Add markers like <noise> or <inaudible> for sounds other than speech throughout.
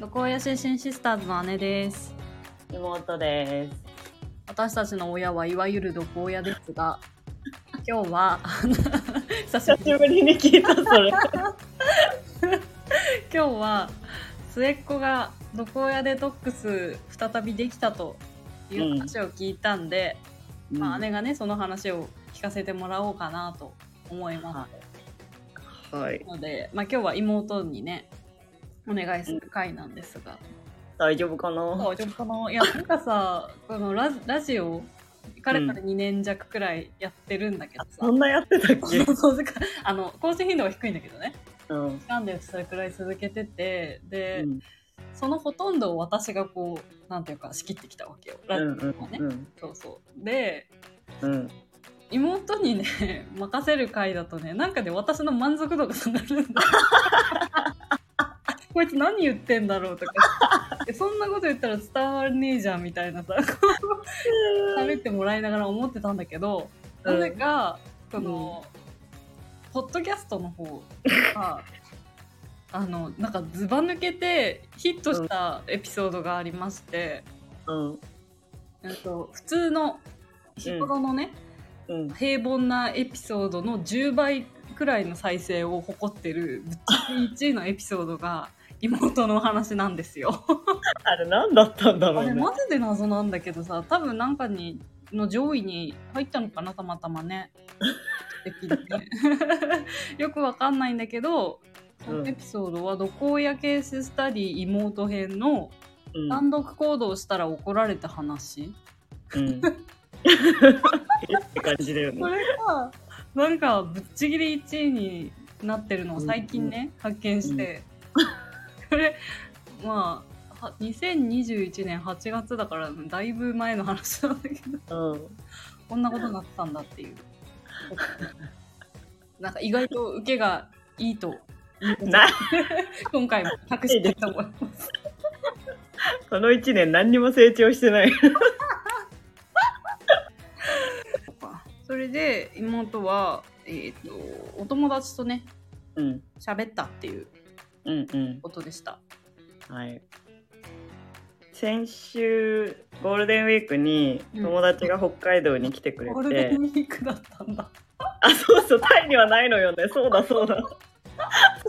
横親出身シスターズの姉です妹です。私たちの親はいわゆる毒親です <laughs> が今日 <laughs> はあの久しぶり久しぶりに聞いた、そ <laughs> れ。今日は末っ子が毒親デトックス再びできたという話を聞いたんで、まあ、姉がねその話を聞かせてもらおうかなと思いまはいす。ので、まあ、今日は妹にねお願いする回なんですが、大丈夫かなそうちょっとこのいやなんかさこのララジオ彼から2年弱くらいやってるんだけどさ、そんなやってたっけ <laughs> そうそうあの更新頻度は低いんだけどねうん。なんでそれくらい続けててで、うんそのほとんどを私がこうなんていうか仕切ってきたわけようラジオんはね、うんそうそうでうん。妹にね <laughs> 任せる回だとねなんかね私の満足度が下がる <laughs> んだこいつ何言ってんだろうとかえそんなこと言ったら伝わんねえじゃんみたいなさ食べてもらいながら思ってたんだけど、うなんぜかその、ポッドキャストの方 <laughs> があのなんかずば抜けてヒットしたエピソードがありまして、うん。えっと、普通の日頃のね、うん。平凡なエピソードの10倍くらいの再生を誇ってるぶっちゃけ1位のエピソードが妹のお話なんですよ。あれ何だったんだあろうれね。マジで謎なんだけどさ多分なんかにの上位に入ったのかなたまたま <laughs> ね的にね <laughs> よくわかんないんだけどこうのんエピソードは「どこやケーススタディ妹編」のうん単独行動したら怒られた話、 <laughs> うん。えって感じだよねこ。れがなんかぶっちぎり1位になってるのを最近ね、発見して、 <laughs> これまあは2021年8月だからだいぶ前の話なんだけどうん。こんなことになってたんだっていう。 <laughs> なんか意外と受けがいいと。な、今回も隠してると思います。この一年何にも成長してない。それで妹は、えっ、と、お友達とね、うん。喋ったっていううんうん。ことでした。はい。先週、ゴールデンウィークに友達が北海道に来てくれゴールてデン、ウィークだったんだ。あ、そうそう、タイにはないのよね。そうだ、そうだ。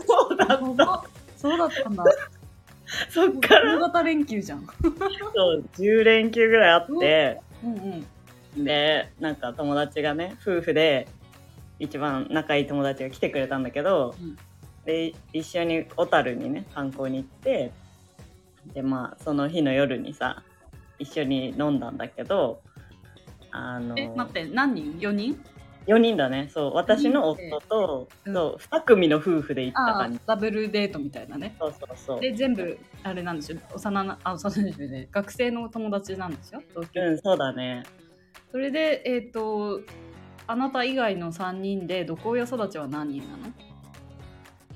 そうだった。そうだったんだ。そっから、大型連休じゃん。そう、10連休ぐらいあって、うんうん。で、なんか友達がね、夫婦で、一番仲いい友達が来てくれたんだけど、うんで、一緒に小樽にね、観光に行って、で、まあ、その日の夜にさ、一緒に飲んだんだけど、あの、え、待って、何人 ?4 人4人だね、そう、私の夫と、うんそう、2組の夫婦で行ったああ感じ。、ダブルデートみたいなね。そうそうそう。で、全部、あれなんでしょ幼な、あ、幼なじみで、学生の友達なんですよ。東京うん、そうだね。それでえっ、とあなた以外の3人で毒親育ちは何人なの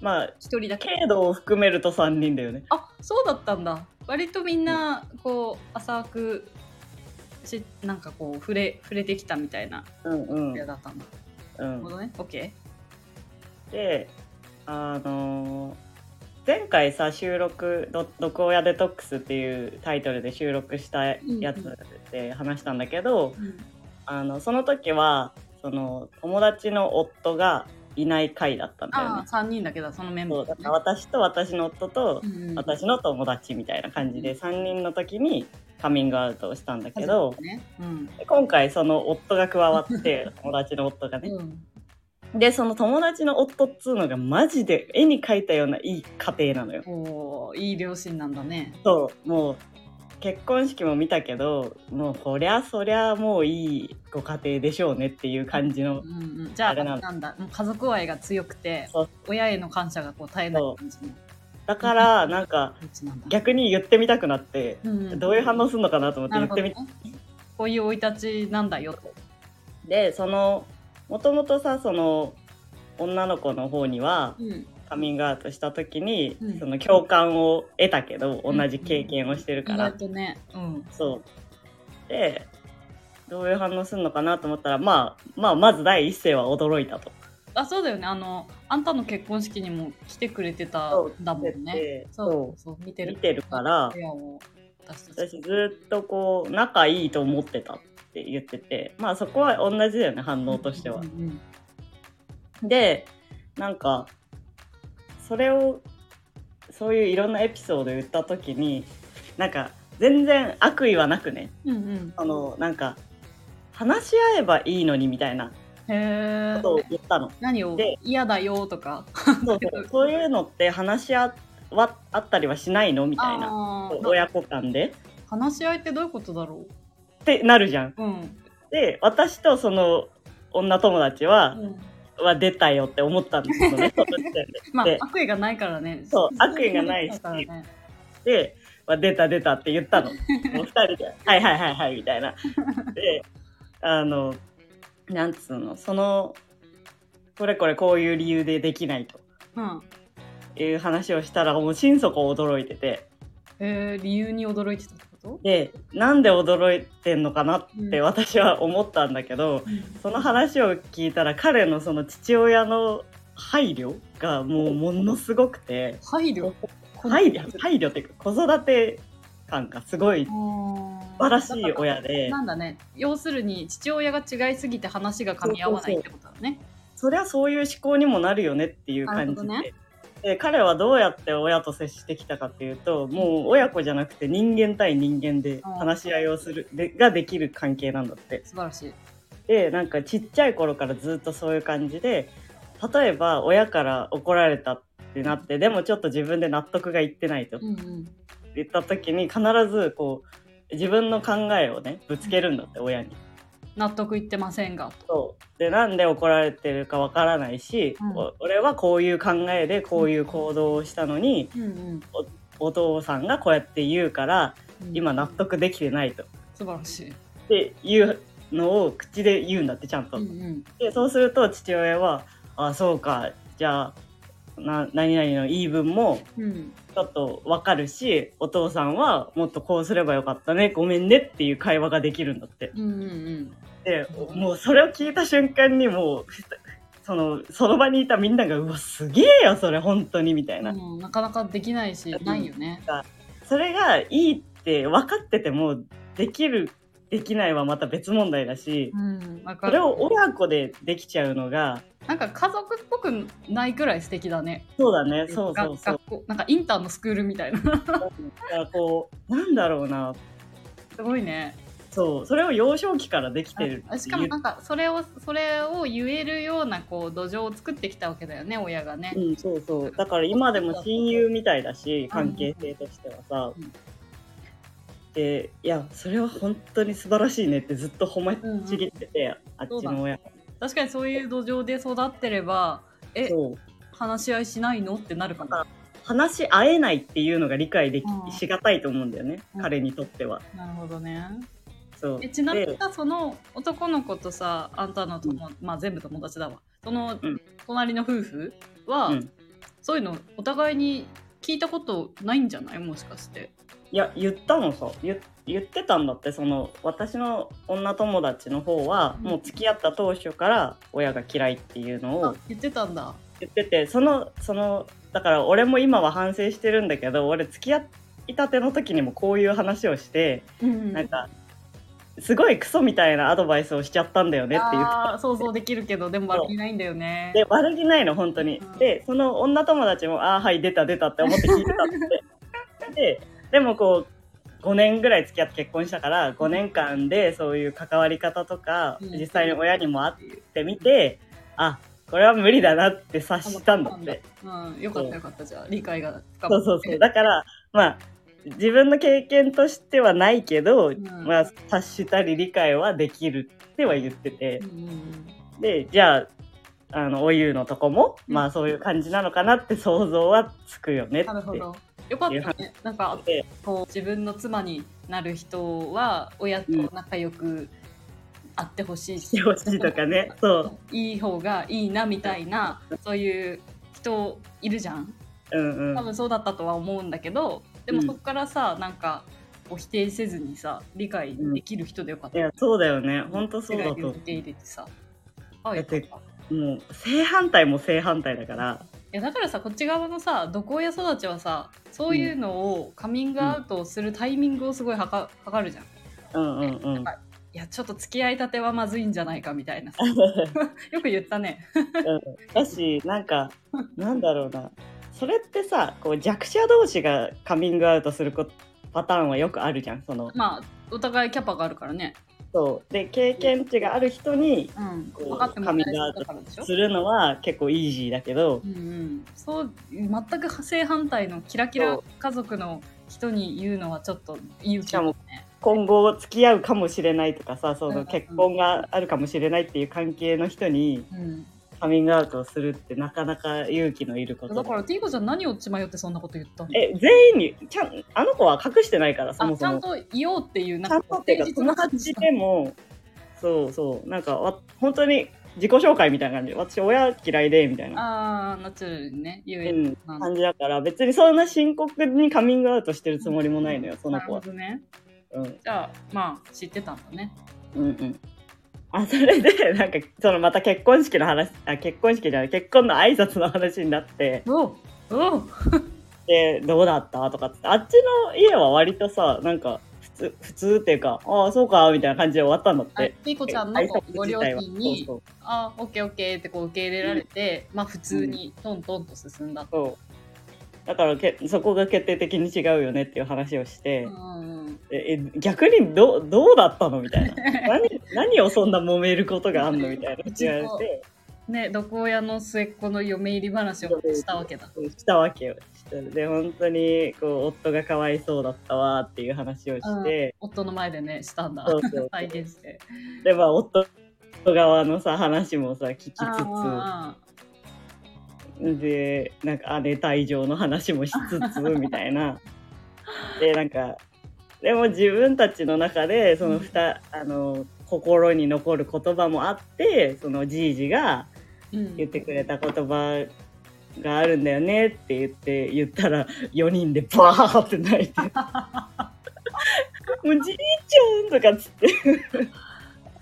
まあ、一人だけ軽度を含めると3人だよね。あそうだったんだ割とみんなこう浅くしなんかこう触れ触れてきたみたいなうんうん親だったんだ、うなるほん。どね OK で、あのー前回さ収録「ど毒親デトックス」っていうタイトルで収録したやつで話したんだけど、あのその時はその友達の夫がいない回だったんだよあね。あ3人だけだそのメンバそうーだから私と私の夫とうんうん私の友達みたいな感じで3人の時にカミングアウトをしたんだけ初どめて、ねうんで今回その夫が加わって友達の夫がね、うんでその友達の夫っつうのがマジで絵に描いたようないい家庭なのよおーいい両親なんだねそうもう結婚式も見たけどもうこりゃそりゃもういいご家庭でしょうねっていう感じのうんうん、じゃああれなのなんだもう家族愛が強くてそう親への感謝がこう絶えない感じのだからなんかうちなんだ逆に言ってみたくなってうんどういう反応するのかなと思ってな言るっほてどみねて、こういう生い立ちなんだよと。でそのもともとさその女の子の方にはうんカミングアウトした時に、うんその共感を得たけどうん同じ経験をしてる意から、外とね、うん、そうでどういう反応するのかなと思ったら、まあ、まあまず第一声は驚いたとあそうだよねあのあんたの結婚式にも来てくれてたそうんだもんねでそうそそう見てうる見てるから親を私たち私ずっとこう仲いいと思ってたって言っててまあそこは同じだよね反応としてはうん。うんでなんかそれをそういういろんなエピソード言った時になんか全然悪意はなくねうんうんあのなんか話し合えばいいのにみたいなうんへこえとを言ったの。何をで嫌だよとかそうそうそういうのって話し合わあったりはしないのみたいなあー親子間で話し合いってどういうことだろってなるじゃん。ううん、で私とその女友達は、うん、は出たよって思ったんですよ <laughs> ね。その時点でまあで悪意がないからねそう自然悪意がないし <laughs> だからねで、まあ、出た出たって言ったの。もう二人で、はいはいはいはいみたいな。で、あの、なんつうの、その、これこれこういう理由でできないうんという話をしたら、もう心底驚いてて、えー、理由に驚いてたってことで、なんで驚いてんのかなってうん私は思ったんだけど、その話を聞いたら彼のその父親の配慮がもうものすごくて、配慮配慮配慮っていうか子育て感がすごい素素晴らしい親でなんだね要するに父親が違いすぎて話が噛み合わないってことだねそりゃそういう思考にもなるよねっていう感じで,、なるほどねで彼はどうやって親と接してきたかっていうともう親子じゃなくて人間対人間でうん話し合いをするでができる関係なんだって素晴らしいでなんかちっちゃい頃からずっとそういう感じで例えば親から怒られたってなってでもちょっと自分で納得がいってないとうんうん言った時に必ずこう自分の考えをねぶつけるんだって親に。納得いってませんがとそうでなんで怒られてるかわからないし、うんお俺はこういう考えでこういう行動をしたのに、うんうんお父さんがこうやって言うからうん今納得できてないと。っ素晴らしいていうのを口で言うんだってちゃんと。うんうんでそうすると父親は「あそうかじゃあな何々の言い分もうんちょっとわかるしお父さんはもっとこうすればよかったねごめんね」っていう会話ができるんだって。うんうんうんでもうそれを聞いた瞬間にもうそのその場にいたみんなが「うわすげえよそれ本当に」みたいな、うんなかなかできないしうんないよねそれがいいって分かっててもできるできないはまた別問題だし、うんわかそれるを親子でできちゃうのがなんか家族っぽくないくらい素敵だねそうだねそうそうそう学校なんかインターのスクールみたいな <laughs> だからこうなんだろうなすごいねそうそれを幼少期からできてるあしかもなんかそれをそれを言えるようなこう土壌を作ってきたわけだよね親がね、うん、そうそうだから今でも親友みたいだし関係性としてはさ、うんでいやそれは本当に素晴らしいねってずっと褒めちぎってて、あっちの親確かにそういう土壌で育ってればえそう話し合いしないのってなるかもあ話し合えないっていうのが理解でき、うんしがたいと思うんだよね、うん彼にとってはなるほどねそうえちなみにでさその男の子とさあんたの友、まあ全部友達だわそのうん隣の夫婦は、うんそういうのお互いに聞いたことないんじゃないもしかしていや言ったのさ言言ってたんだってその私の女友達の方は、うんもう付き合った当初から親が嫌いっていうのあを言ってたんだ言っててそのそのだから俺も今は反省してるんだけど俺付き合いたての時にもこういう話をして、うんなんかすごいクソみたいなアドバイスをしちゃったんだよねって言ってあー想像できるけどでも悪気ないんだよねで悪気ないの本当にうんでその女友達も「ああはい出た出た」って思って聞いてたんで <laughs> ででもこう5年ぐらい付き合って結婚したから5年間でそういう関わり方とか、うん実際に親にも会ってみて、あこれは無理だなって察したんだって。うん、よかったよかったじゃあ理解が深そまっうてそうそう。だから、まあ、自分の経験としてはないけど、んまあ、察したり理解はできるっては言っててう、んうんうんで、じゃあ、あの、おゆうのとこも、うんまあ、そういう感じなのかなって想像はつくよねって。なるほどよかったねなんかでこう自分の妻になる人は親と仲良く会ってほしい <laughs> してし、ほしいと <laughs> かね。そう。いい方がいいなみたいなそういう人いるじゃんうんう多ん。分そうだったとは思うんだけどでもうんそこからさなんかこう否定せずにさ理解できる人でよかっいた、や、そうだよね。ほんとそうだ違いをと思う受。け入れてさあだよっかてったもう正反対も正反対だからいやだからさこっち側のさ毒親育ちはさそういうのをカミングアウトするタイミングをすごいはか測るじゃん。うんうん <laughs> うんなんかいやちょっと付き合いたてはまずいんじゃないかみたいなさよく言ったね。だしなんかなんだろうなそれってさこう弱者同士がカミングアウトするこパターンはよくあるじゃんそのまあお互いキャパがあるからね。そうで経験値がある人にうん、こう分かってもらえそうだからでしょす。るのは結構イージーだけどうんうん、そう全く正反対のキラキラ家族の人に言うのはちょっと言うしかもね。今後付き合うかもしれないとかさうそんうんの結婚があるかもしれないっていう関係の人にうん、カミングアウトをするってなかなか勇気のいることだからティーコちゃん何を血迷ってそんなこと言ったのえ全員にちゃんあの子は隠してないからそあもちそゃもんと言おうっていうちゃなんんとかっていうか友達でもそうそうなんかわ本当に自己紹介みたいな感じ私親嫌いでみたいな、ああナチュラルにね言うえるん、なん感じだから別にそんな深刻にカミングアウトしてるつもりもないのよその子なはる、ほどねうん、じゃあまあ知ってたんだねうんうんあそれでなんかそのまた結婚式の話あ結婚式じゃない結婚の挨拶の話になっておおでどうだったとかっつってあっちの家は割とさなんか普通普通っていうかああそうかみたいな感じで終わったんだっあテて。ィーコちゃんのご両親にそうあオッケーオッケーってこう受け入れられて、まあ普通にトントンと進んだと、そうそうだからけそこが決定的に違うよねっていう話をして、うんうん、ええ逆にどどうだったのみたいな何 <laughs> 何をそんな揉めることがあんのみたいな言われてね毒親の末っ子の嫁入り話をしたわけだそうしたわけよで本当にこう夫がかわいそうだったわっていう話をして、夫の前でねしたんだそうそう <laughs> 再現してでまあ夫側のさ話もさ聞きつああつでなんか姉退場の話もしつつみたいな <laughs> でなんかでも自分たちの中でそのふた、あの心に残る言葉もあってそのじいじがうん言ってくれた言葉があるんだよねって言って言ったら4人でバーって泣 <laughs> いてもうじいちゃんとかっつって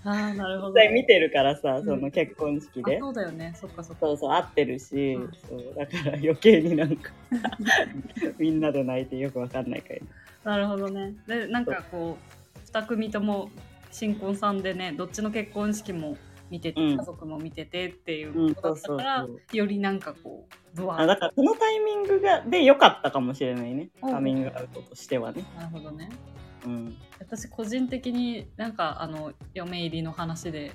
ああなるほど実際見てるからさんその結婚式あで、そうだよねそっかそっかそうそう合ってるし、うんそうだから余計にな <laughs> んかみんなで泣いてよくわかんないからなるほどねでなんかこう2組とも新婚さんでねどっちの結婚式も見てて、うん家族も見ててっていううんことだったから、そうそうよりなんかこうぶわあだからこのタイミングがで良かったかもしれないねうんカミングアウトとしてはね、なるほどねうん、私個人的になんかあの嫁入りの話で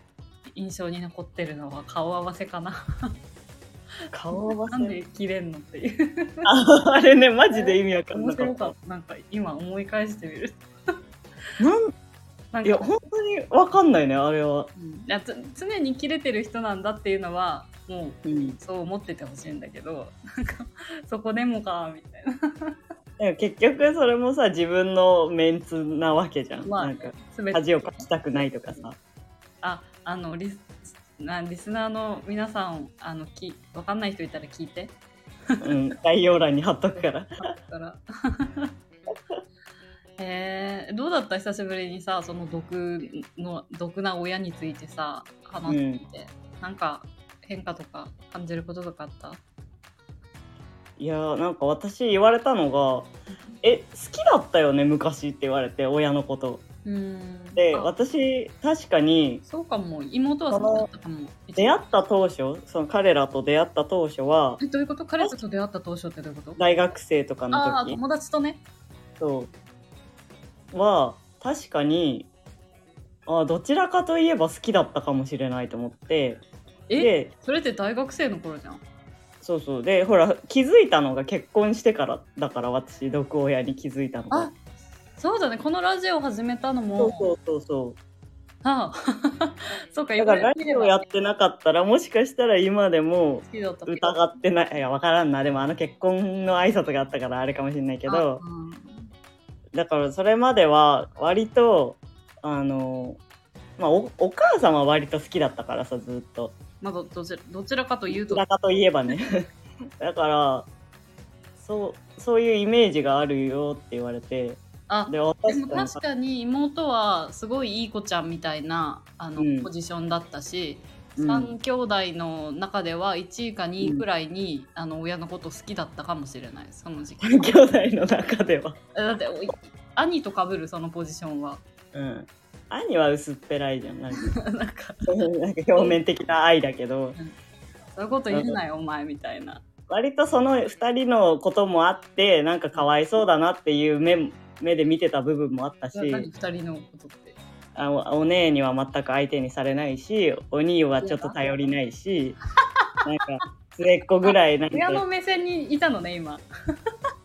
印象に残ってるのは顔合わせかな顔合わなんでせ切れんのっていうああれねマジで意味わかん面なか白っかたったなんか今思い返してみるなんなんいやか本当にわかんないねあれは、うんいやつ常に切れてる人なんだっていうのはもううん、そう思っててほしいんだけどなんかそこでもかみたいな結局それもさ自分のメンツなわけじゃん、まあなんか全て恥をかきたくないとかさ <laughs> ああのリスなリスナーの皆さんあのきわかんない人いたら聞いてうん、概要欄に貼っとくから。だから <laughs> えーどうだった久しぶりにさその毒の毒な親についてさ話してみて、なんか変化とか感じることとかあったいやーなんか私言われたのが「え好きだったよね昔」って言われて親のこと。うーんであ私確かにそうかも妹はそうだったかも出会った当初その彼らと出会った当初はえどういうこと彼と出会った当初ってどういうこと大学生とあかあの時友達とねそうは確かにあどちらかといえば好きだったかもしれないと思ってえでそれって大学生の頃じゃんそうそうでほら気づいたのが結婚してからだから私毒親に気づいたのあがそうだねこのラジオ始めたの <laughs> そうもそうそうそうあ <laughs> あそうかだから言わラれてみジれオばやってなかったらもしかしたら今でも好きだったけど疑ってないいや分からんなでもあの結婚の挨拶があったからあれかもしれないけどあうんだからそれまでは割とあのまあおお母さんは割と好きだったからさずっとまあどどちらどちらかというどとちらかといえば <laughs> ねだからそうそういうイメージがあるよって言われてあでで私も確かに妹はすごいいい子ちゃんみたいなあの、うんポジションだったしうん3兄弟の中では1位か2位くらいに、あの親のこと好きだったかもしれないその時期兄弟の中では。だっておい兄とかぶるそのポジションは <laughs> うん。兄は薄っぺらいじゃん。 <laughs> なんかなんかなんか表面的な愛だけど、そういうこと言うなよお前みたいな割とその2人のこともあって、なんかかわいそうだなっていう目目で見てた部分もあったし、 2人のことってあおお姉には全く相手にされないし、お兄はちょっと頼りな <laughs> いし、なんか末っ子ぐらいなんか。親の目線にいたのね今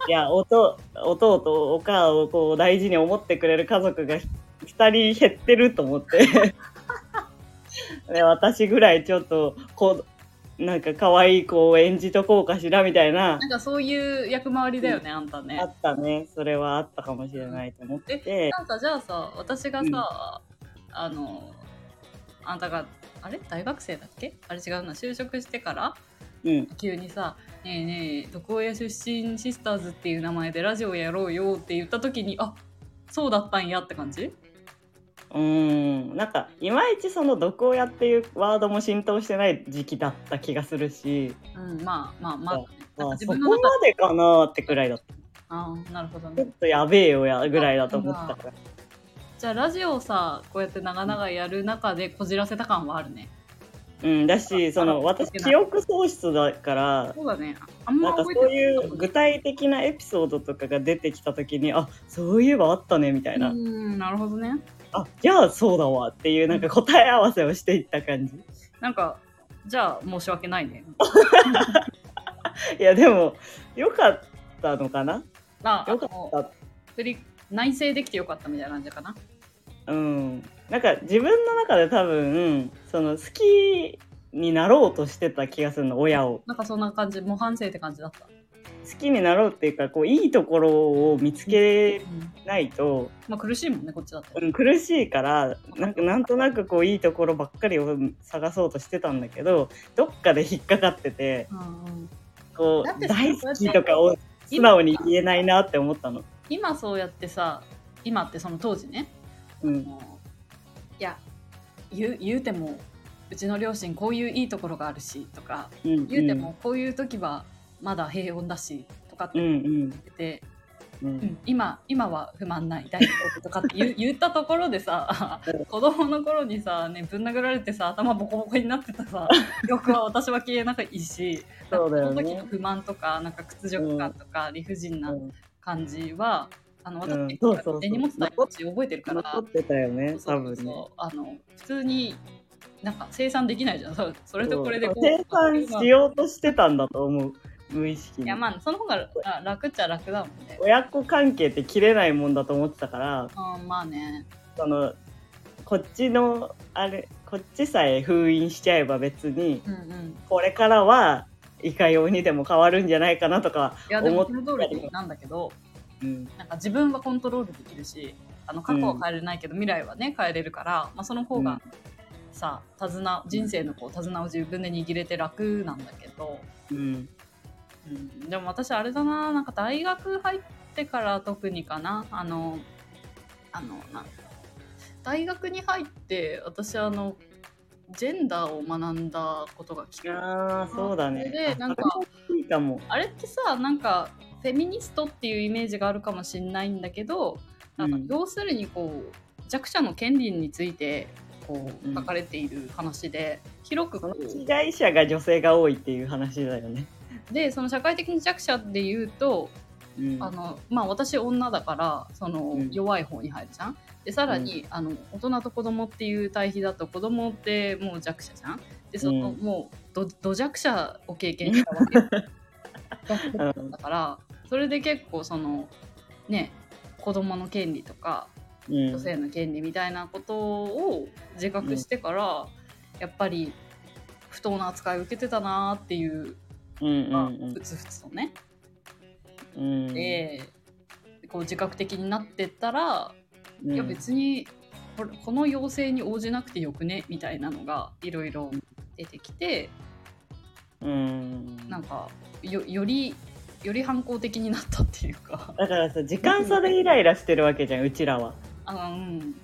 いや、おと、おとうとお母をこう大事に思ってくれる家族がひ二人減ってると思って。で私ぐらいちょっと、こう、なんか可愛い子を演じとこうかしらみたいな、なんかそういう役回りだよね、あんたあねったね。それはあったかもしれないと思って。なんかじゃあさ私がさ、あのあんたがあれ大学生だっけあれ違うな就職してからうん。急にさ「ねえねえ毒親出身シスターズっていう名前でラジオやろうよ」って言った時にあそうだったんやって感じうーん。なんか、いまいちその毒親っていうワードも浸透してない時期だった気がするし、うんまあまあまあ、ね、なんかまあ自そこ分まの中でかなってくらいだった。ああなるほどちょっねとやべえよや、ぐらいだと思ってたから。じゃあラジオをさこうやって長々やる中でこじらせた感はあるねうん、だし、そあの私、いけない記憶喪失だから、そうだねあんなまんか覚そえうていう具体的なエピソードとかが出てきたときに、あそういえばあったねみたいな、うんなるほどねあじゃあそうだわっていう、なんか答え合わせをしていった感じ。なんかじゃあ申し訳ないねいや、でも、よかったのかなまあ、あよかっのた。振り内省できてよかったみたいな感じかな。うん。なんか自分の中で多分、その好きになろうとしてた気がするの、親を。なんかそんな感じ、模範生って感じだった。好きになろうっていうか、こう、いいところを見つけうんないと、まあ苦しいもんね、こっちだって。うん、苦しいからなんかなんとなくこういいところばっかりを探そうとしてたんだけどどっかで引っかかっててうんうんこだってうさ大好きとかを素直に言えないなって思ったの。今そうやってさ、今ってその当時ね、うん、もういや言う、言うても、うちの両親こういういいところがあるしとか、うんうん言うてもこういう時はまだ平穏だしとかっうんてう言んって、ううんん今今は不満ない大丈夫とかって <laughs> 言う言ったところでさうん子供の頃にさねぶん殴られてさ頭ボコボコになってた <laughs> さ欲は私は消えないしそうだよねなんかその時の不満とかなんか屈辱感とか理不尽なうん感じは、あのうん私そうそうそう手に持ってたし覚えてるから残ってたよねそうそ多う分ね。そうあの普通になんか生産できないじゃんそうそれとこれでこう生産しようとしてたんだと思う無意識いにや。まあその方があ楽っちゃ楽だもんね。親子関係って切れないもんだと思ってたからあーまあねそのこっちのあれこっちさえ封印しちゃえば別にうんうんこれからはいかようにでも変わるんじゃないかなとか、いやで思もっその通りなんだけどうんなんか自分はコントロールできるしあの過去は変えれないけど、未来はね変えれるから、まあ、その方がさ手綱人生のこう手綱を自分で握れて楽なんだけど、うんうん、でも私あれだななんか大学入ってから特にかなあのあのなん大学に入って私あのジェンダーを学んだことがきっかああそうだそねれであなんかそれもいいかもあれってさなんかフェミニストっていうイメージがあるかもしれないんだけどなんかうん要するにこう弱者の権利についてこううん書かれている話で、広くこそのう被害者が女性が多いっていう話だよね、でその社会的に弱者で言うとうん、あの、まあ、私女だからそのうん弱い方に入るじゃん。でさらに、あの大人と子供っていう対比だと子供ってもう弱者じゃん。でその、うんもうどど弱者を経験したわけ <laughs> だうんからそれで結構そのね子供の権利とかうん女性の権利みたいなことを自覚してから、やっぱり不当な扱いを受けてたなーっていう、うんうまあんふつふつとね。うんうんで、こう自覚的になってったら、うんいや別にこれこの要請に応じなくてよくねみたいなのがいろいろ出てきてうんなんかよよりより反抗的になったっていうか <laughs> だからさ時間差でイライラしてるわけじゃんうちらはあのうん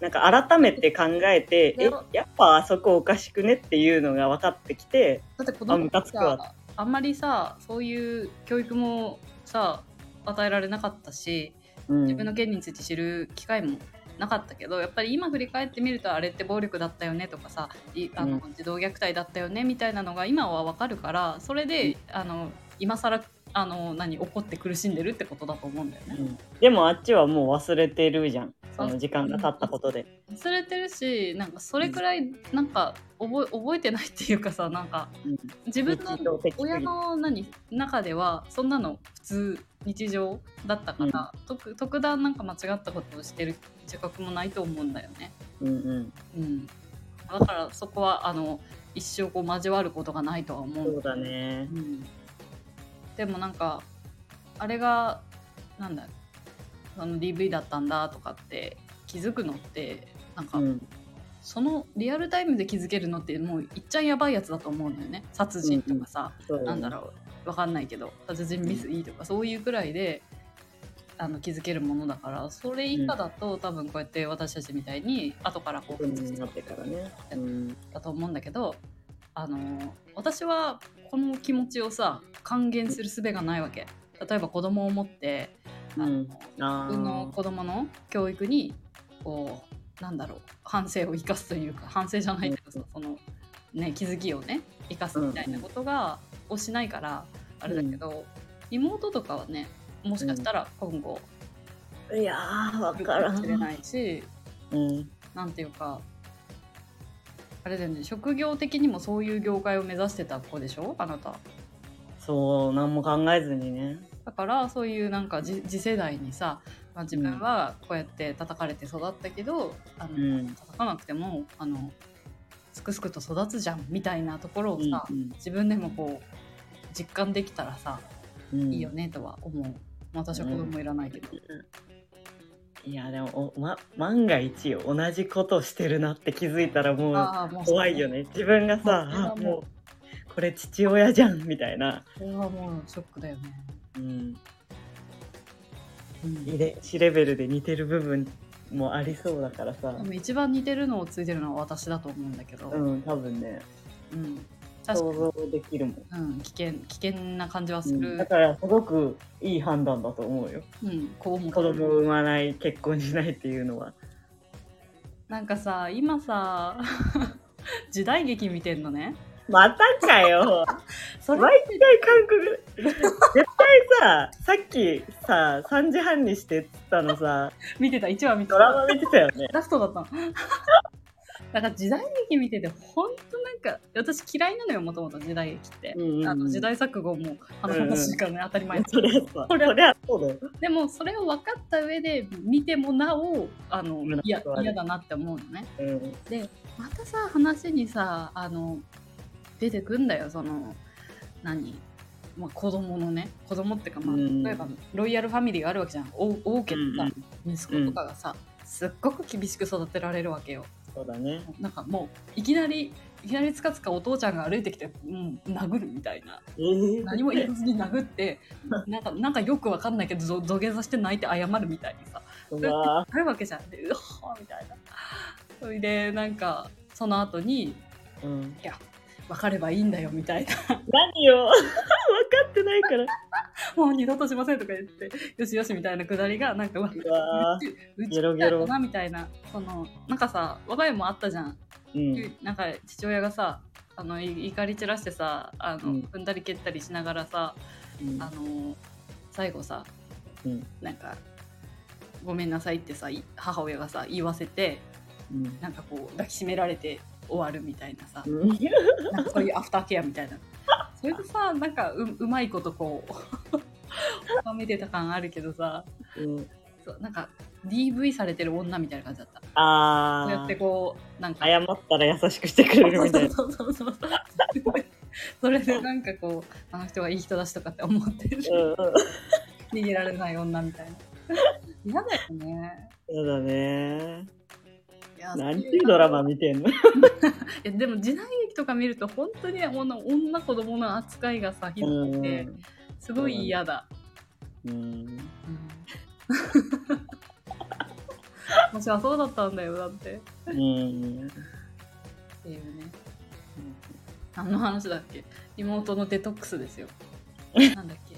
なんか改めて考えて、うんえ、やっぱあそこおかしくねっていうのが分かってきて、だって子あ供ムたカちつくわがあんまりさそういう教育もさ与えられなかったしうん自分の件について知る機会もなかったけどやっぱり今振り返ってみるとあれって暴力だったよねとかさいあの、うん児童虐待だったよねみたいなのが今はわかるからそれで、あの今更あの何怒って苦しんでるってことだと思うんだよね。うんでもあっちはもう忘れてるじゃん。そそうの時間が経ったことで。忘れてるしなんかそれくらいなんか覚え覚えてないっていうかさなんかうん自分日常の的すぎる親の何中ではそんなの普通日常だったから、特特段なんか間違ったことをしてる自覚もないと思うんだよね。うんうん。うん、だからそこはあの一生こう交わることがないとは思うそうだねう。ん、でもなんかあれがなんだあの DV だったんだとかって気づくのってなんか、うんそのリアルタイムで気づけるのってもういっちゃんやばいやつだと思うのよね殺人とかさ、そうなんだろうわかんないけど殺人未遂とかそういうくらいであの気づけるものだからそれ以下だと、多分こうやって私たちみたいに後からこう大復人活になってからね。うん。だと思うんだけどあの私はこの気持ちをさ還元する術がないわけ。例えば子供を持ってあの、うんあ自分の子供の教育にこうなんだろう反省を生かすというか反省じゃないけどさ、その、ね、気づきをね生かすみたいなことが、をしないからあれだけど、妹とかはねもしかしたら今後あ。いやー、わ来るかからもんし。れないし、うん。なんていうかあれだよね職業的にもそういう業界を目指してた子でしょあなた。そう、何も考えずにね。だからそういうなんかじ次世代にさ、まあ、自分はこうやって叩かれて育ったけど、あのうん叩かなくてもあのすくすくと育つじゃんみたいなところをさ、うん自分でもこう実感できたらさ、うんうんいいよねとは思う。まあ私は子供いらないけど、いやでもお、ま、万が一よ同じことしてるなって気づいたらもうああもう怖いよね自分がさもうそれはもあうもうこれ父親じゃんみたいな、それはもうショックだよね、うん、うん、遺で伝子レベルで似てる部分もありそうだからさも一番似てるのをついてるのは私だと思うんだけど、ううんん多分ね想確かに、像できるもんうん、危険危険な感じはすうる、んだからすごくいい判断だと思うようん、こう思う子供を産まない結婚しないっていう <laughs> のはなんかさ今さ <laughs> 時代劇見てんのねまたかよそ毎回韓国絶対ささっきさ3時半にしてっつったのさ見てた1話見てドラたマ見てたよねラストだったの <laughs> なんか時代劇見ててほんとなんか私嫌いなのよもともと時代劇って、うんうんうんあの時代錯誤も話うんうんしいからね、当たり前そりゃそうそりゃそうだよでもそれを分かった上で見てもなおあの無駄いやとある嫌だなって思うのねうんまたさ話にさあの出てくんだよその何、まあ、子供のね子供ってかまあうん例えばロイヤルファミリーがあるわけじゃん王王家のさ、息う子んとかがさすっごく厳しく育てられるわけよそうだねなんかもういきなりいきなりつかつかお父ちゃんが歩いてきて、うん、殴るみたいなえー何も言わずに殴って <laughs> なんかなんかよくわかんないけどど土下座して泣いて謝るみたいにさうわあるわけじゃんでうわーみたいなそれでなんかその後にーうん分かればいいんだよみたいな <laughs> 何よ <laughs> 分かってないからもう二度としませんとか言ってよしよしみたいなくだりがなんかうわうわうちうちゲロゲロだよなみたいなそのなんかさ我が家もあったじゃん、ーうんなんか父親がさあのい怒り散らしてさあの、うん踏んだり蹴ったりしながらさうんあの最後さうんなんか「ごめんなさい」ってさい母親がさ言わせてうんなんかこう抱きしめられて終わるみたいなさうんなんかそういうアフターケアみたいな。それでさ、なんかううまいことこう、 <laughs> 他見てた感あるけどさ、うんそうなんか DV されてる女みたいな感じだった。あそうやあってこう、なんか。謝ったら優しくしてくれる <laughs> みたいなそうそうそうそう。それでなんかこう、あの人はいい人だしとかって思ってる。うんうん逃げられない女みたいな。 <laughs> 嫌だよね。そうだねいや何そてういいううドラマ見てんのいやでも時代劇とか見ると本当にこの女子供の扱いがさひどくてうすごい嫌だ、んうん <laughs> 私はそうだったんだよだってうっんていうね何の話だっけ妹のデトックスですよなんだっけ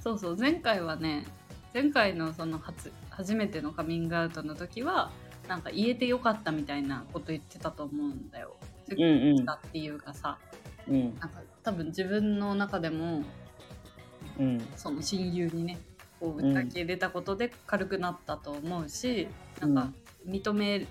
そうそう前回はね前回のその初初めてのカミングアウトの時はなんか言えてよかったみたいなこと言ってたと思うんだよ。うんうんだっていうかさうんなんか多分自分の中でもうんその親友にねこう打ち明け出たことで軽くなったと思うし、うんなんか認める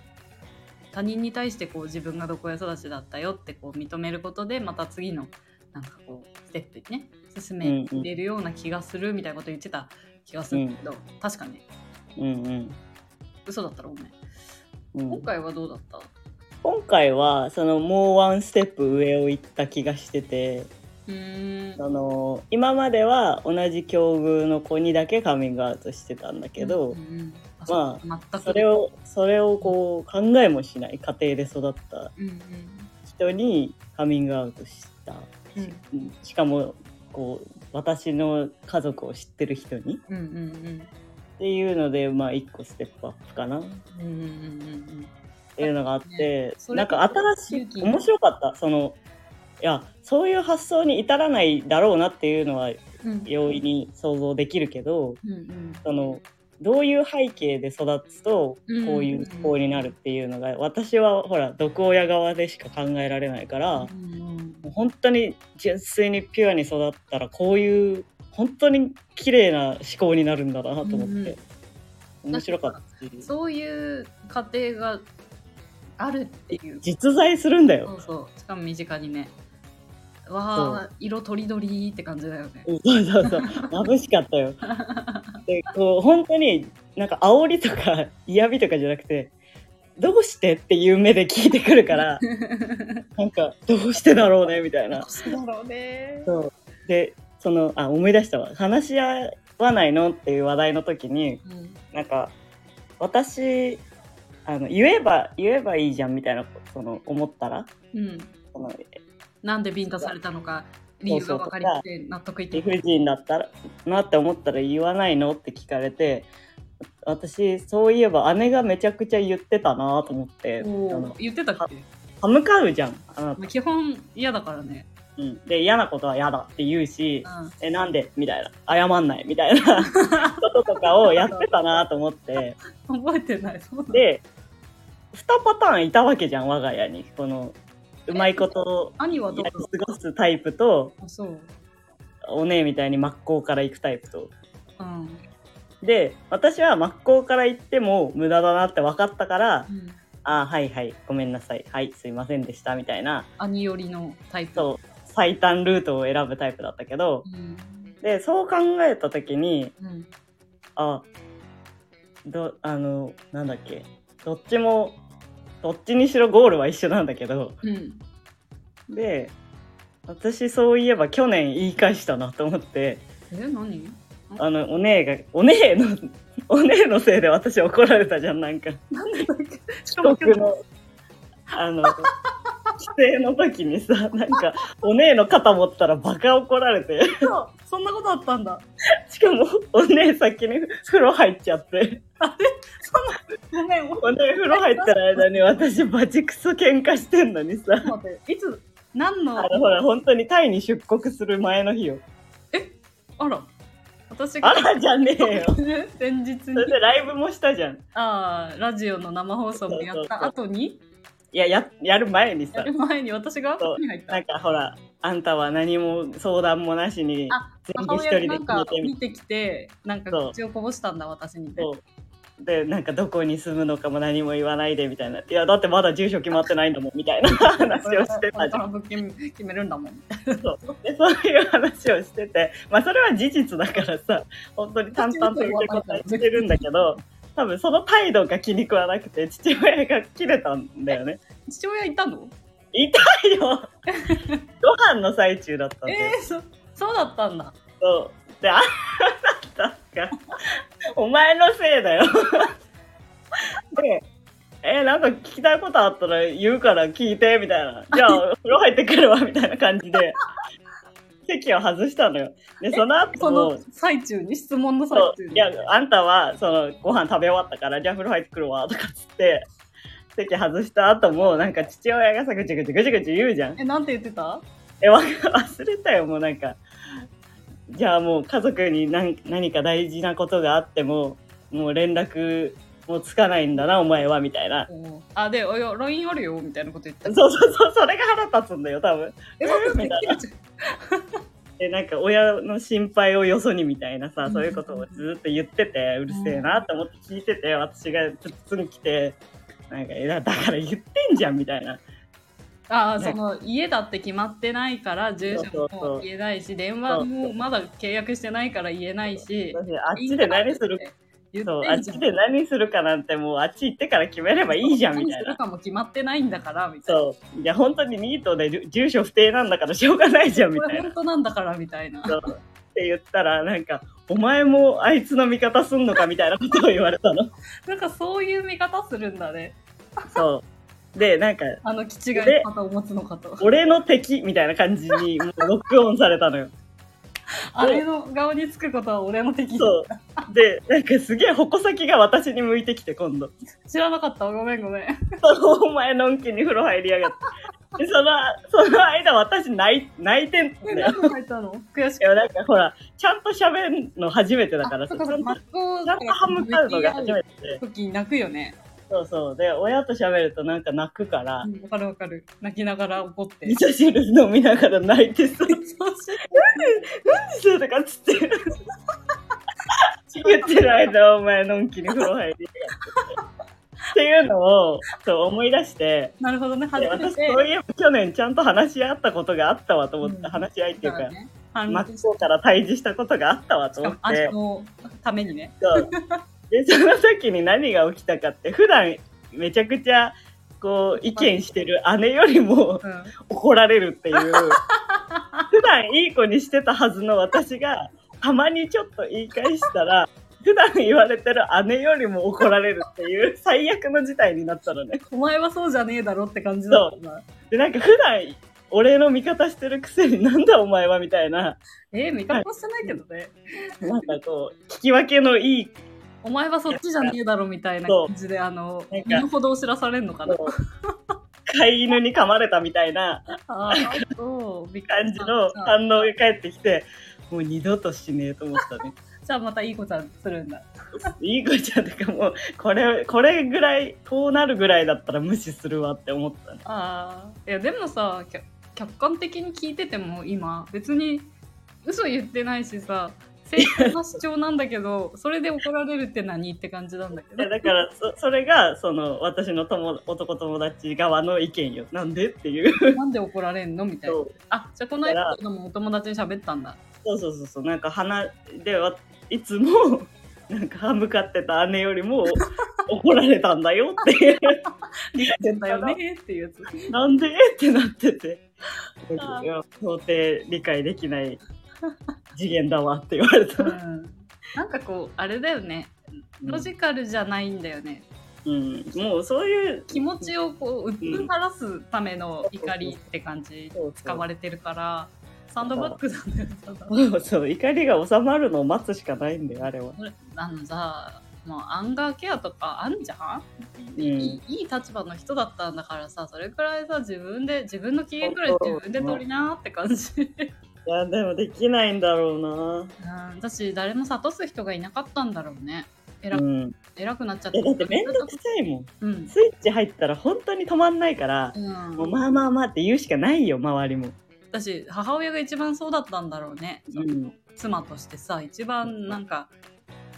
他人に対してこう自分がどこや育ちだったよってこう認めることでまた次のなんかこうステップにね進めれるような気がするみたいなこと言ってた気がするんだけど、確かねうんうん嘘だったらごめんうん今回はどうだった今回はそのもうワンステップ上を行った気がしててうーんその今までは同じ境遇の子にだけカミングアウトしてたんだけど、うんうんあまそう全くそれをそれをこう考えもしない家庭で育ったうんうん人にカミングアウトした、うんうんしかもこう私の家族を知ってる人にうんうんっていうのでまあ一個ステップアップかなっうんうんうんうんうんていうのがあって、それなんか新勇し気い面白かったそのいやそういう発想に至らないだろうなっていうのはうん容易に想像できるけどうんうんそのどういう背景で育つとうんこういう思考になるっていうのが私はほら毒親側でしか考えられないからう、んもう本当に純粋にピュアに育ったらこういう本当に綺麗な思考になるんだなと思って、うんん面白かったしうんそういう家庭があるっていう実在するんだそよ。うそうしかも身近にねわあ色とりどりって感じだよねそうそうそう眩しかったよ。でこう本当になんか煽りとか <laughs> 嫌味とかじゃなくてどうしてっていう目で聞いてく <laughs> るから。なんかどうしてだろうねみたいな。そうだろうねそうでそのあ思い出したわ話し合わないのっていう話題の時にうんなんか私あの言えば言えばいいじゃんみたいなその思ったらうんそのなんでビンタされたのか理由が分かりきて納得いって理不尽だったらなって思ったら言わないのって聞かれて私そういえば姉がめちゃくちゃ言ってたなと思ってあおのー言ってたっけ歯向かうじゃんあなたまあ基本嫌だからねうん、で嫌なことは嫌だって言うしうえなんでみたいな謝んないみた <laughs> いなこととかをやってたなと思ってん覚えてないそうなんだで2パターンいたわけじゃん我が家にこのうまいこと兄はどうやだり過ごすタイプとあそうお姉みたいに真っ向から行くタイプとうんで私は真っ向から行っても無駄だなって分かったからうん「あーはいはいごめんなさいはいすいませんでした」みたいな兄寄りのタイプそう最短ルートを選ぶタイプだったけどうんでそう考えた時にうんあどあのなんだっけどっちもどっちにしろゴールは一緒なんだけどうんで私そういえば去年言い返したなと思ってえ何あのお姉がお姉のお姉のせいで私怒られたじゃんなんかなんでだっけ <laughs> しかも僕今日のあの帰省の時にさなんかお姉の肩持ったらバカ怒られてそうそんなことあったんだしかもお姉先に風呂入っちゃって。ごめんちょっおね、風呂入ってる間に私バチクソ喧嘩してんのにさと待っていつ何のあのほら本当にタイに出国する前の日よあら私あがらじゃねえよ <laughs> 前日そにれでライブもしたじゃんああラジオの生放送もやった後にいやややる前にやさる前に私がそう何入っなんたかほらあんたは何も相談もなしにあ全部母一親人でがなんか決めてみ見てきてなんかそう口をこぼしたんだ私にたそうでなんかどこに住むのかも何も言わないでみたいないやだってまだ住所決まってないんだもんみたいな話をしてたじゃんん物件決めるんだもんでそういう話をしてて、まあ、それは事実だからさ本当に淡々と受け答えしてるんだけど多分その態度が気に食わなくて父親が切れたんだよね父親いたの痛いよご飯の最中だったんえで、ー、そそうだったんだそうであなたがお前のせいだよでえなんか聞きたいことあった <laughs> ら言うから聞いてみたいなじゃあ風呂入ってくるわみたいな感じで席を外したのよ。で、その後そもの、最中に質問の最そう中にいや、あんたは、その、ご飯食べ終わったから、じゃあ風呂入ってくるわ、とかっつって、席外した後も、なんか父親がさ、ぐちぐちぐちぐち言うじゃん。えなんて言ってたえ、わ忘れたよ、もうなんか。じゃあもう家族に何何か大事なことがあっても、もう連絡もつかないんだな、お前は、みたいな。あでおよ LINE あるよみたいなこと言ったそうそうそう、それが腹立つんだよ、多分。え待ってみたい待ってで、なんか親の心配をよそにみたいなうさ、んそういうことをずっと言ってて、うるせえなって思って聞いてて、私がプッツン来て、なんか、えだだから言ってんじゃん、みたいな。あねその家だって決まってないから住所そうそうそもう言えないし電話そうそもうまだ契約してないから言えないし私あっちで何するか、言そう、っあてっんじゃちんで何するかなんてもうあっち行ってから決めればいいじゃん、みた何いすなる。かも決まってないんだからみたいなそう。いや、本当にニートで住住所不定なんだからしょうがないじゃん、みこたれ <laughs> いな本。当なんだからみたいなそうって言ったら、なんか、お前もあいつの味方すんのかみたいなことを言われたの。なんかそういう見方するんだねそう。で、なんか、あの気違いの方を持つのかと俺の敵みたいな感じにもうロックオンされた <laughs> のよ。あれの顔につくことは俺の敵そう。で、なんかすげえ矛先が私に向いてきて、今度。知らなかったごめんごめんそうお前のんきに風呂入りやがって。でその、その間私泣い、泣いてんえだ <laughs> よ。何書いたの悔しいや、なんかほら、ちゃんと喋るの初めてだかかっらたさ、そっちかゃそっか真んとっ向ちゃんと歯向かうのが初めてで。時に泣くよね <laughs> そうそう。で、親と喋るとなんか泣くからう、んわかるわかる泣きながら怒 <laughs> って味噌汁飲みながら泣いてさ、何するとかっつって。言ってる間、お前のんきに風呂入りやがって。っていうのをそう思い出して、なるほどね初でめ私てそういえば去年ちゃんと話し合ったことがあったわと思って、うん話し合いっていうか、ね反真論っし向から対峙したことがあったわとか思もっあて。のためにねそうでその時に何が起きたかって普段めちゃくちゃこう意見してる姉よりもうん怒られるっていう普段いい子にしてたはずの私がたまにちょっと言い返したら普段言われてる姉よりも怒られるっていう最悪の事態になったのね。お前はそうじゃねえだろって感じだったなでなんか普段俺の味方してるくせになんだお前はみたいなえ味方はしてないけどねなんかこう聞き分けのいいお前はそっちじゃねえだろみたいなそう感じであのなんか身の程を知らされるのかなこう飼い犬に噛まれたみたいなああそうびっく感りしじたのじゃあ反応が返ってきて、もう二度としねえと思った <laughs> ね。じゃあまたいい子ちゃんするんだいい子ちゃんとかもう、これ、これぐらい、こうなるぐらいだったら無視するわって思っ <laughs> たね。ああいやでもさ客客観的に聞いてても今別に嘘言ってないしさ正当な主張なんだけどそれで怒られるって何って感じなんだけどでだからそ、それが、その、私の友男友達側の意見よ。なんでっていう。 <laughs> なんで怒られんのみたいなそうあじゃあこの間とかもお友達に喋ったんだそうそうそうそう。なんか鼻では、いつも、なんか歯向かってた姉より <laughs> も怒られたんだよっていう。理解だよねっていうやつなんで <laughs> ってなってて。いや到底理解できない次元だわって言われた。なんかこうあれだよねロジカルじゃないんだよねうん、もうそういう気持ちをこううっぷん晴らすための怒りって感じ使われれてるからサンドバッグなんだよただそうそう怒りが収まるのを待つしかないんだよあれは。これあのさもうアンガーケアとかあんじゃん、うんいいいい立場の人だったんだからさそれくらいさ自分で自分の機嫌くらい自分で取りなーって感じ、いやでもできないんだろううん、だし誰も諭す人がいなかったんだろうね偉な。く,、うん、偉くなっちゃってえだって面倒くさいもん。うん、スイッチ入ったら本当に止まんないから、うんもうまあまあまあって言うしかないよ周りも。だし母親が一番そうだったんだろうね、うん、妻としてさ一番なんか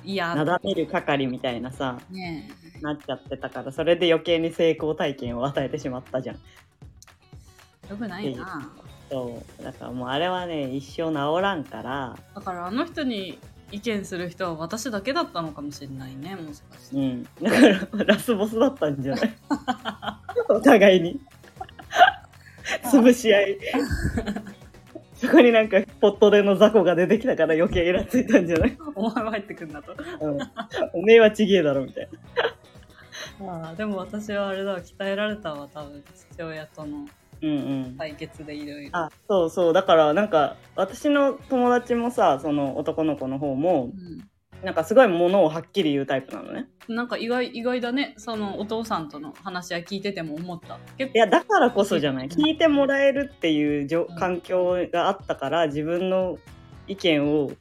嫌なだめる係みたいなさねえなっちゃってたからそれで余計に成功体験を与えてしまったじゃん。よくないな。そうだからもうあれはね一生治らんから。だからあの人に意見する人は私だけだったのかもしれないね、もしかして。うん、だからラスボスだったんじゃないお互いに潰し合いそこになんかポットでの雑魚が出てきたから余計イラついたんじゃない、お前は入ってくんなと。うん、おめえはちげえだろみたいなああでも私はあれだ、鍛えられたわ、多分父親とのうんうん対決でいろいろ。あそうそうだからなんか私の友達もさその男の子の方もなんかすごいものをはっきり言うタイプなのねうんなんか意外意外だねそのお父さんとの話は聞いてても思った結いやだからこそじゃないうん聞いてもらえるっていうじょうん環境があったから自分の意見を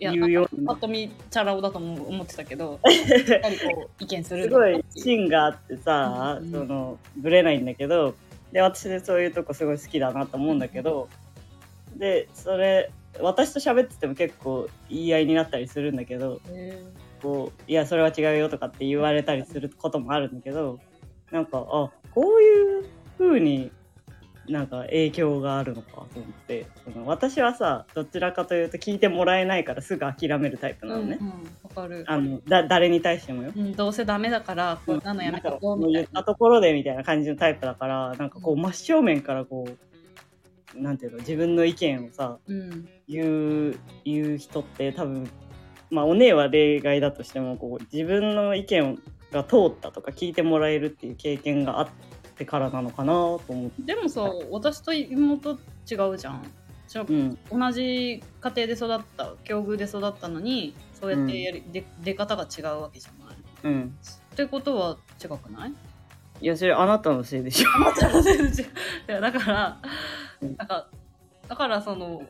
いや言うようにぱなっと見チャラ男だと思う思ってたけ <laughs> どやっぱりこう意見するすんだごなっいていう芯があってさ、うんそのぶれないんだけどで私でそういうとこすごい好きだなと思うんだけど、でそれ私と喋ってても結構言い合いになったりするんだけどへーこういやそれは違うよとかって言われたりすることもあるんだけどなんかあこういう風になんか影響があるのかと思ってその私はさどちらかというと聞いてもらえないからすぐ諦めるタイプなのね、うんうん、わかるあのだ誰に対してもよ。うん、どうせダメだからこんなのやめとこうもうみた言っいなたところでみたいな感じのタイプだからなんかこう真正面からこうなんていうの自分の意見をさうん言う言う人って多分まあお姉は例外だとしてもこう自分の意見が通ったとか聞いてもらえるっていう経験があってからなのかなと思って。でもさ私と妹違うじゃんちょうん、同じ家庭で育った境遇で育ったのにそうやってやり、で出方が違うわけじゃないうん、ってことは違くないいやそれあなたのせいでしょ。あなたのせいで違ういやだからうんなんかだからその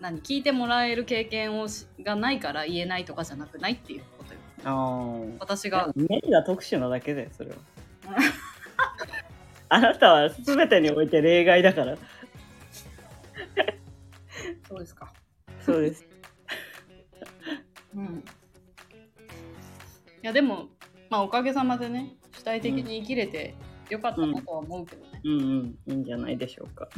何聞いてもらえる経験をしがないから言えないとかじゃなくないっていうことよああ。私ががメイが特殊なだけでそれはあなたは全てにおいて例外だからそうですかそうですうんいやでもまあおかげさまでね主体的に生きれてよかったなとは思うけどね、うんうんいいんじゃないでしょう <laughs> か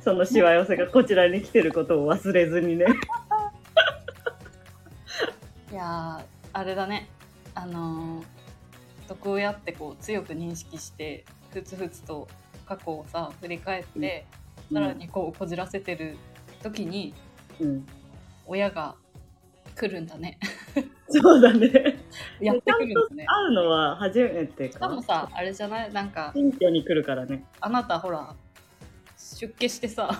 そのしわ寄せがこちらに来てることを忘れずにねいやーあれだねあのー毒親ってこう強く認識してふつふつと過去をさ振り返って、さらにこうこじらせてる時にうん、親が来るんだねそうだねやってくるんですねちゃんと会うのは初めてしかかもさあれじゃないなんか新居に来るからねあなたほら出家してさ <laughs>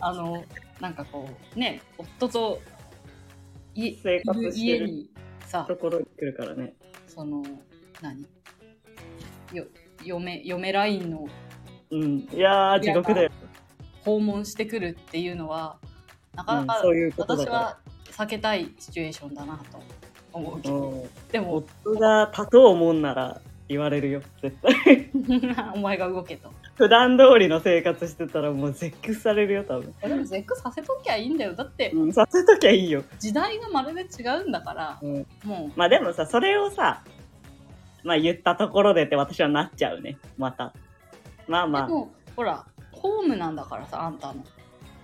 あのなんかこうね夫とい生活して家るにさところに来るからねその何よ嫁嫁ラインのうんいやー地獄だよ、訪問してくるっていうのはなうかんなかそういうことだ私かは避けたいシチュエーションだなと思うけらうどんでも <laughs> 夫が多と思んなら言われるよ絶対お前が動けと普段通りの生活してたらもう絶句されるよ多分、でも絶句させときゃいいんだよだってうん、させときゃいいよ、時代がまるで違うんだからうん、もまあでもさそれをさまあ言ったところでって私はなっちゃうねまたまあうでまもほらホームなんだからさあんたの。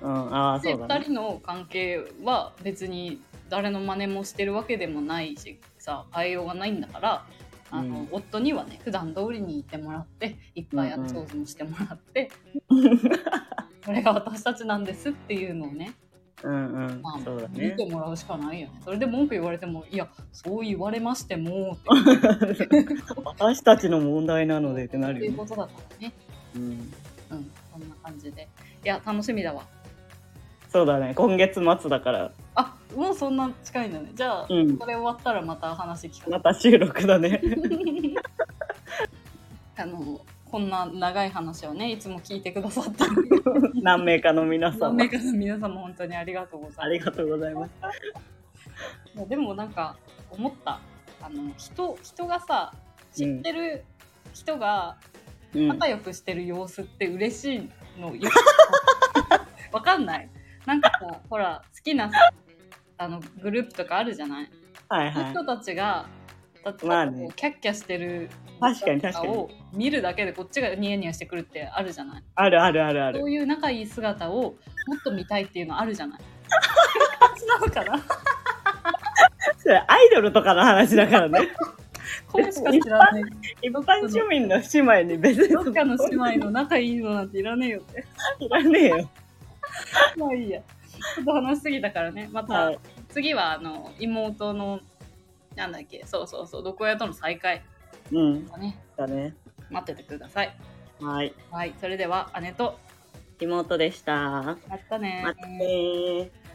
あ、うん、ああでそうだ2ね人の関係は別に誰の真似もしてるわけでもないしさ変えようがないんだからあの、うん夫にはね普段通りにいてもらっていっぱいあの掃除もしてもらって、これが私たちなんですっていうのをね、うんうんまあ、そうだ見ねてもらうしかないよねそれで文句言われてもいやそう言われまして <laughs> も私たちの問題なのでってなってるいようね、ことだからねうん、うんそんな感じでいや楽しみだわそうだね今月末だからあもうそんな近いんだねじゃあ、うんこれ終わったらまた話聞かせてまた収録だ <laughs> ねあのこんな長い話をねいつも聞いてくださった <laughs> 何名かの皆何様名かの皆様本当にありがとうござあいりがとうございますますいやでもなんか思ったあの人人がさ知ってる人がうん仲良くしてる様子って嬉しいのよ、 <laughs> わかんないなんかこうほら好きなさあのグループとかあるじゃないはいそのはい人たちが、た例えまばあこうねキャッキャしてる確かに確かにを見るだけでこっちがニヤニヤしてくるってあるじゃないあるあるあるあるそういう仲いい姿をもっと見たいっていうのあるじゃ <laughs> ない感じなのかなそれアイドルとかの話だからね <laughs> これしか知らない <laughs> 一般庶民の姉妹に別にどっかの姉妹の仲いいのなんていらねえよって <laughs> いらねえよまあいいやちょっと話しすぎたからねまた、はい次はあの妹のなんだっけそうそうそう毒親との再会うんだねだね待っててください。はい。はい、それでは姉とリモートでした。またねー待ってー。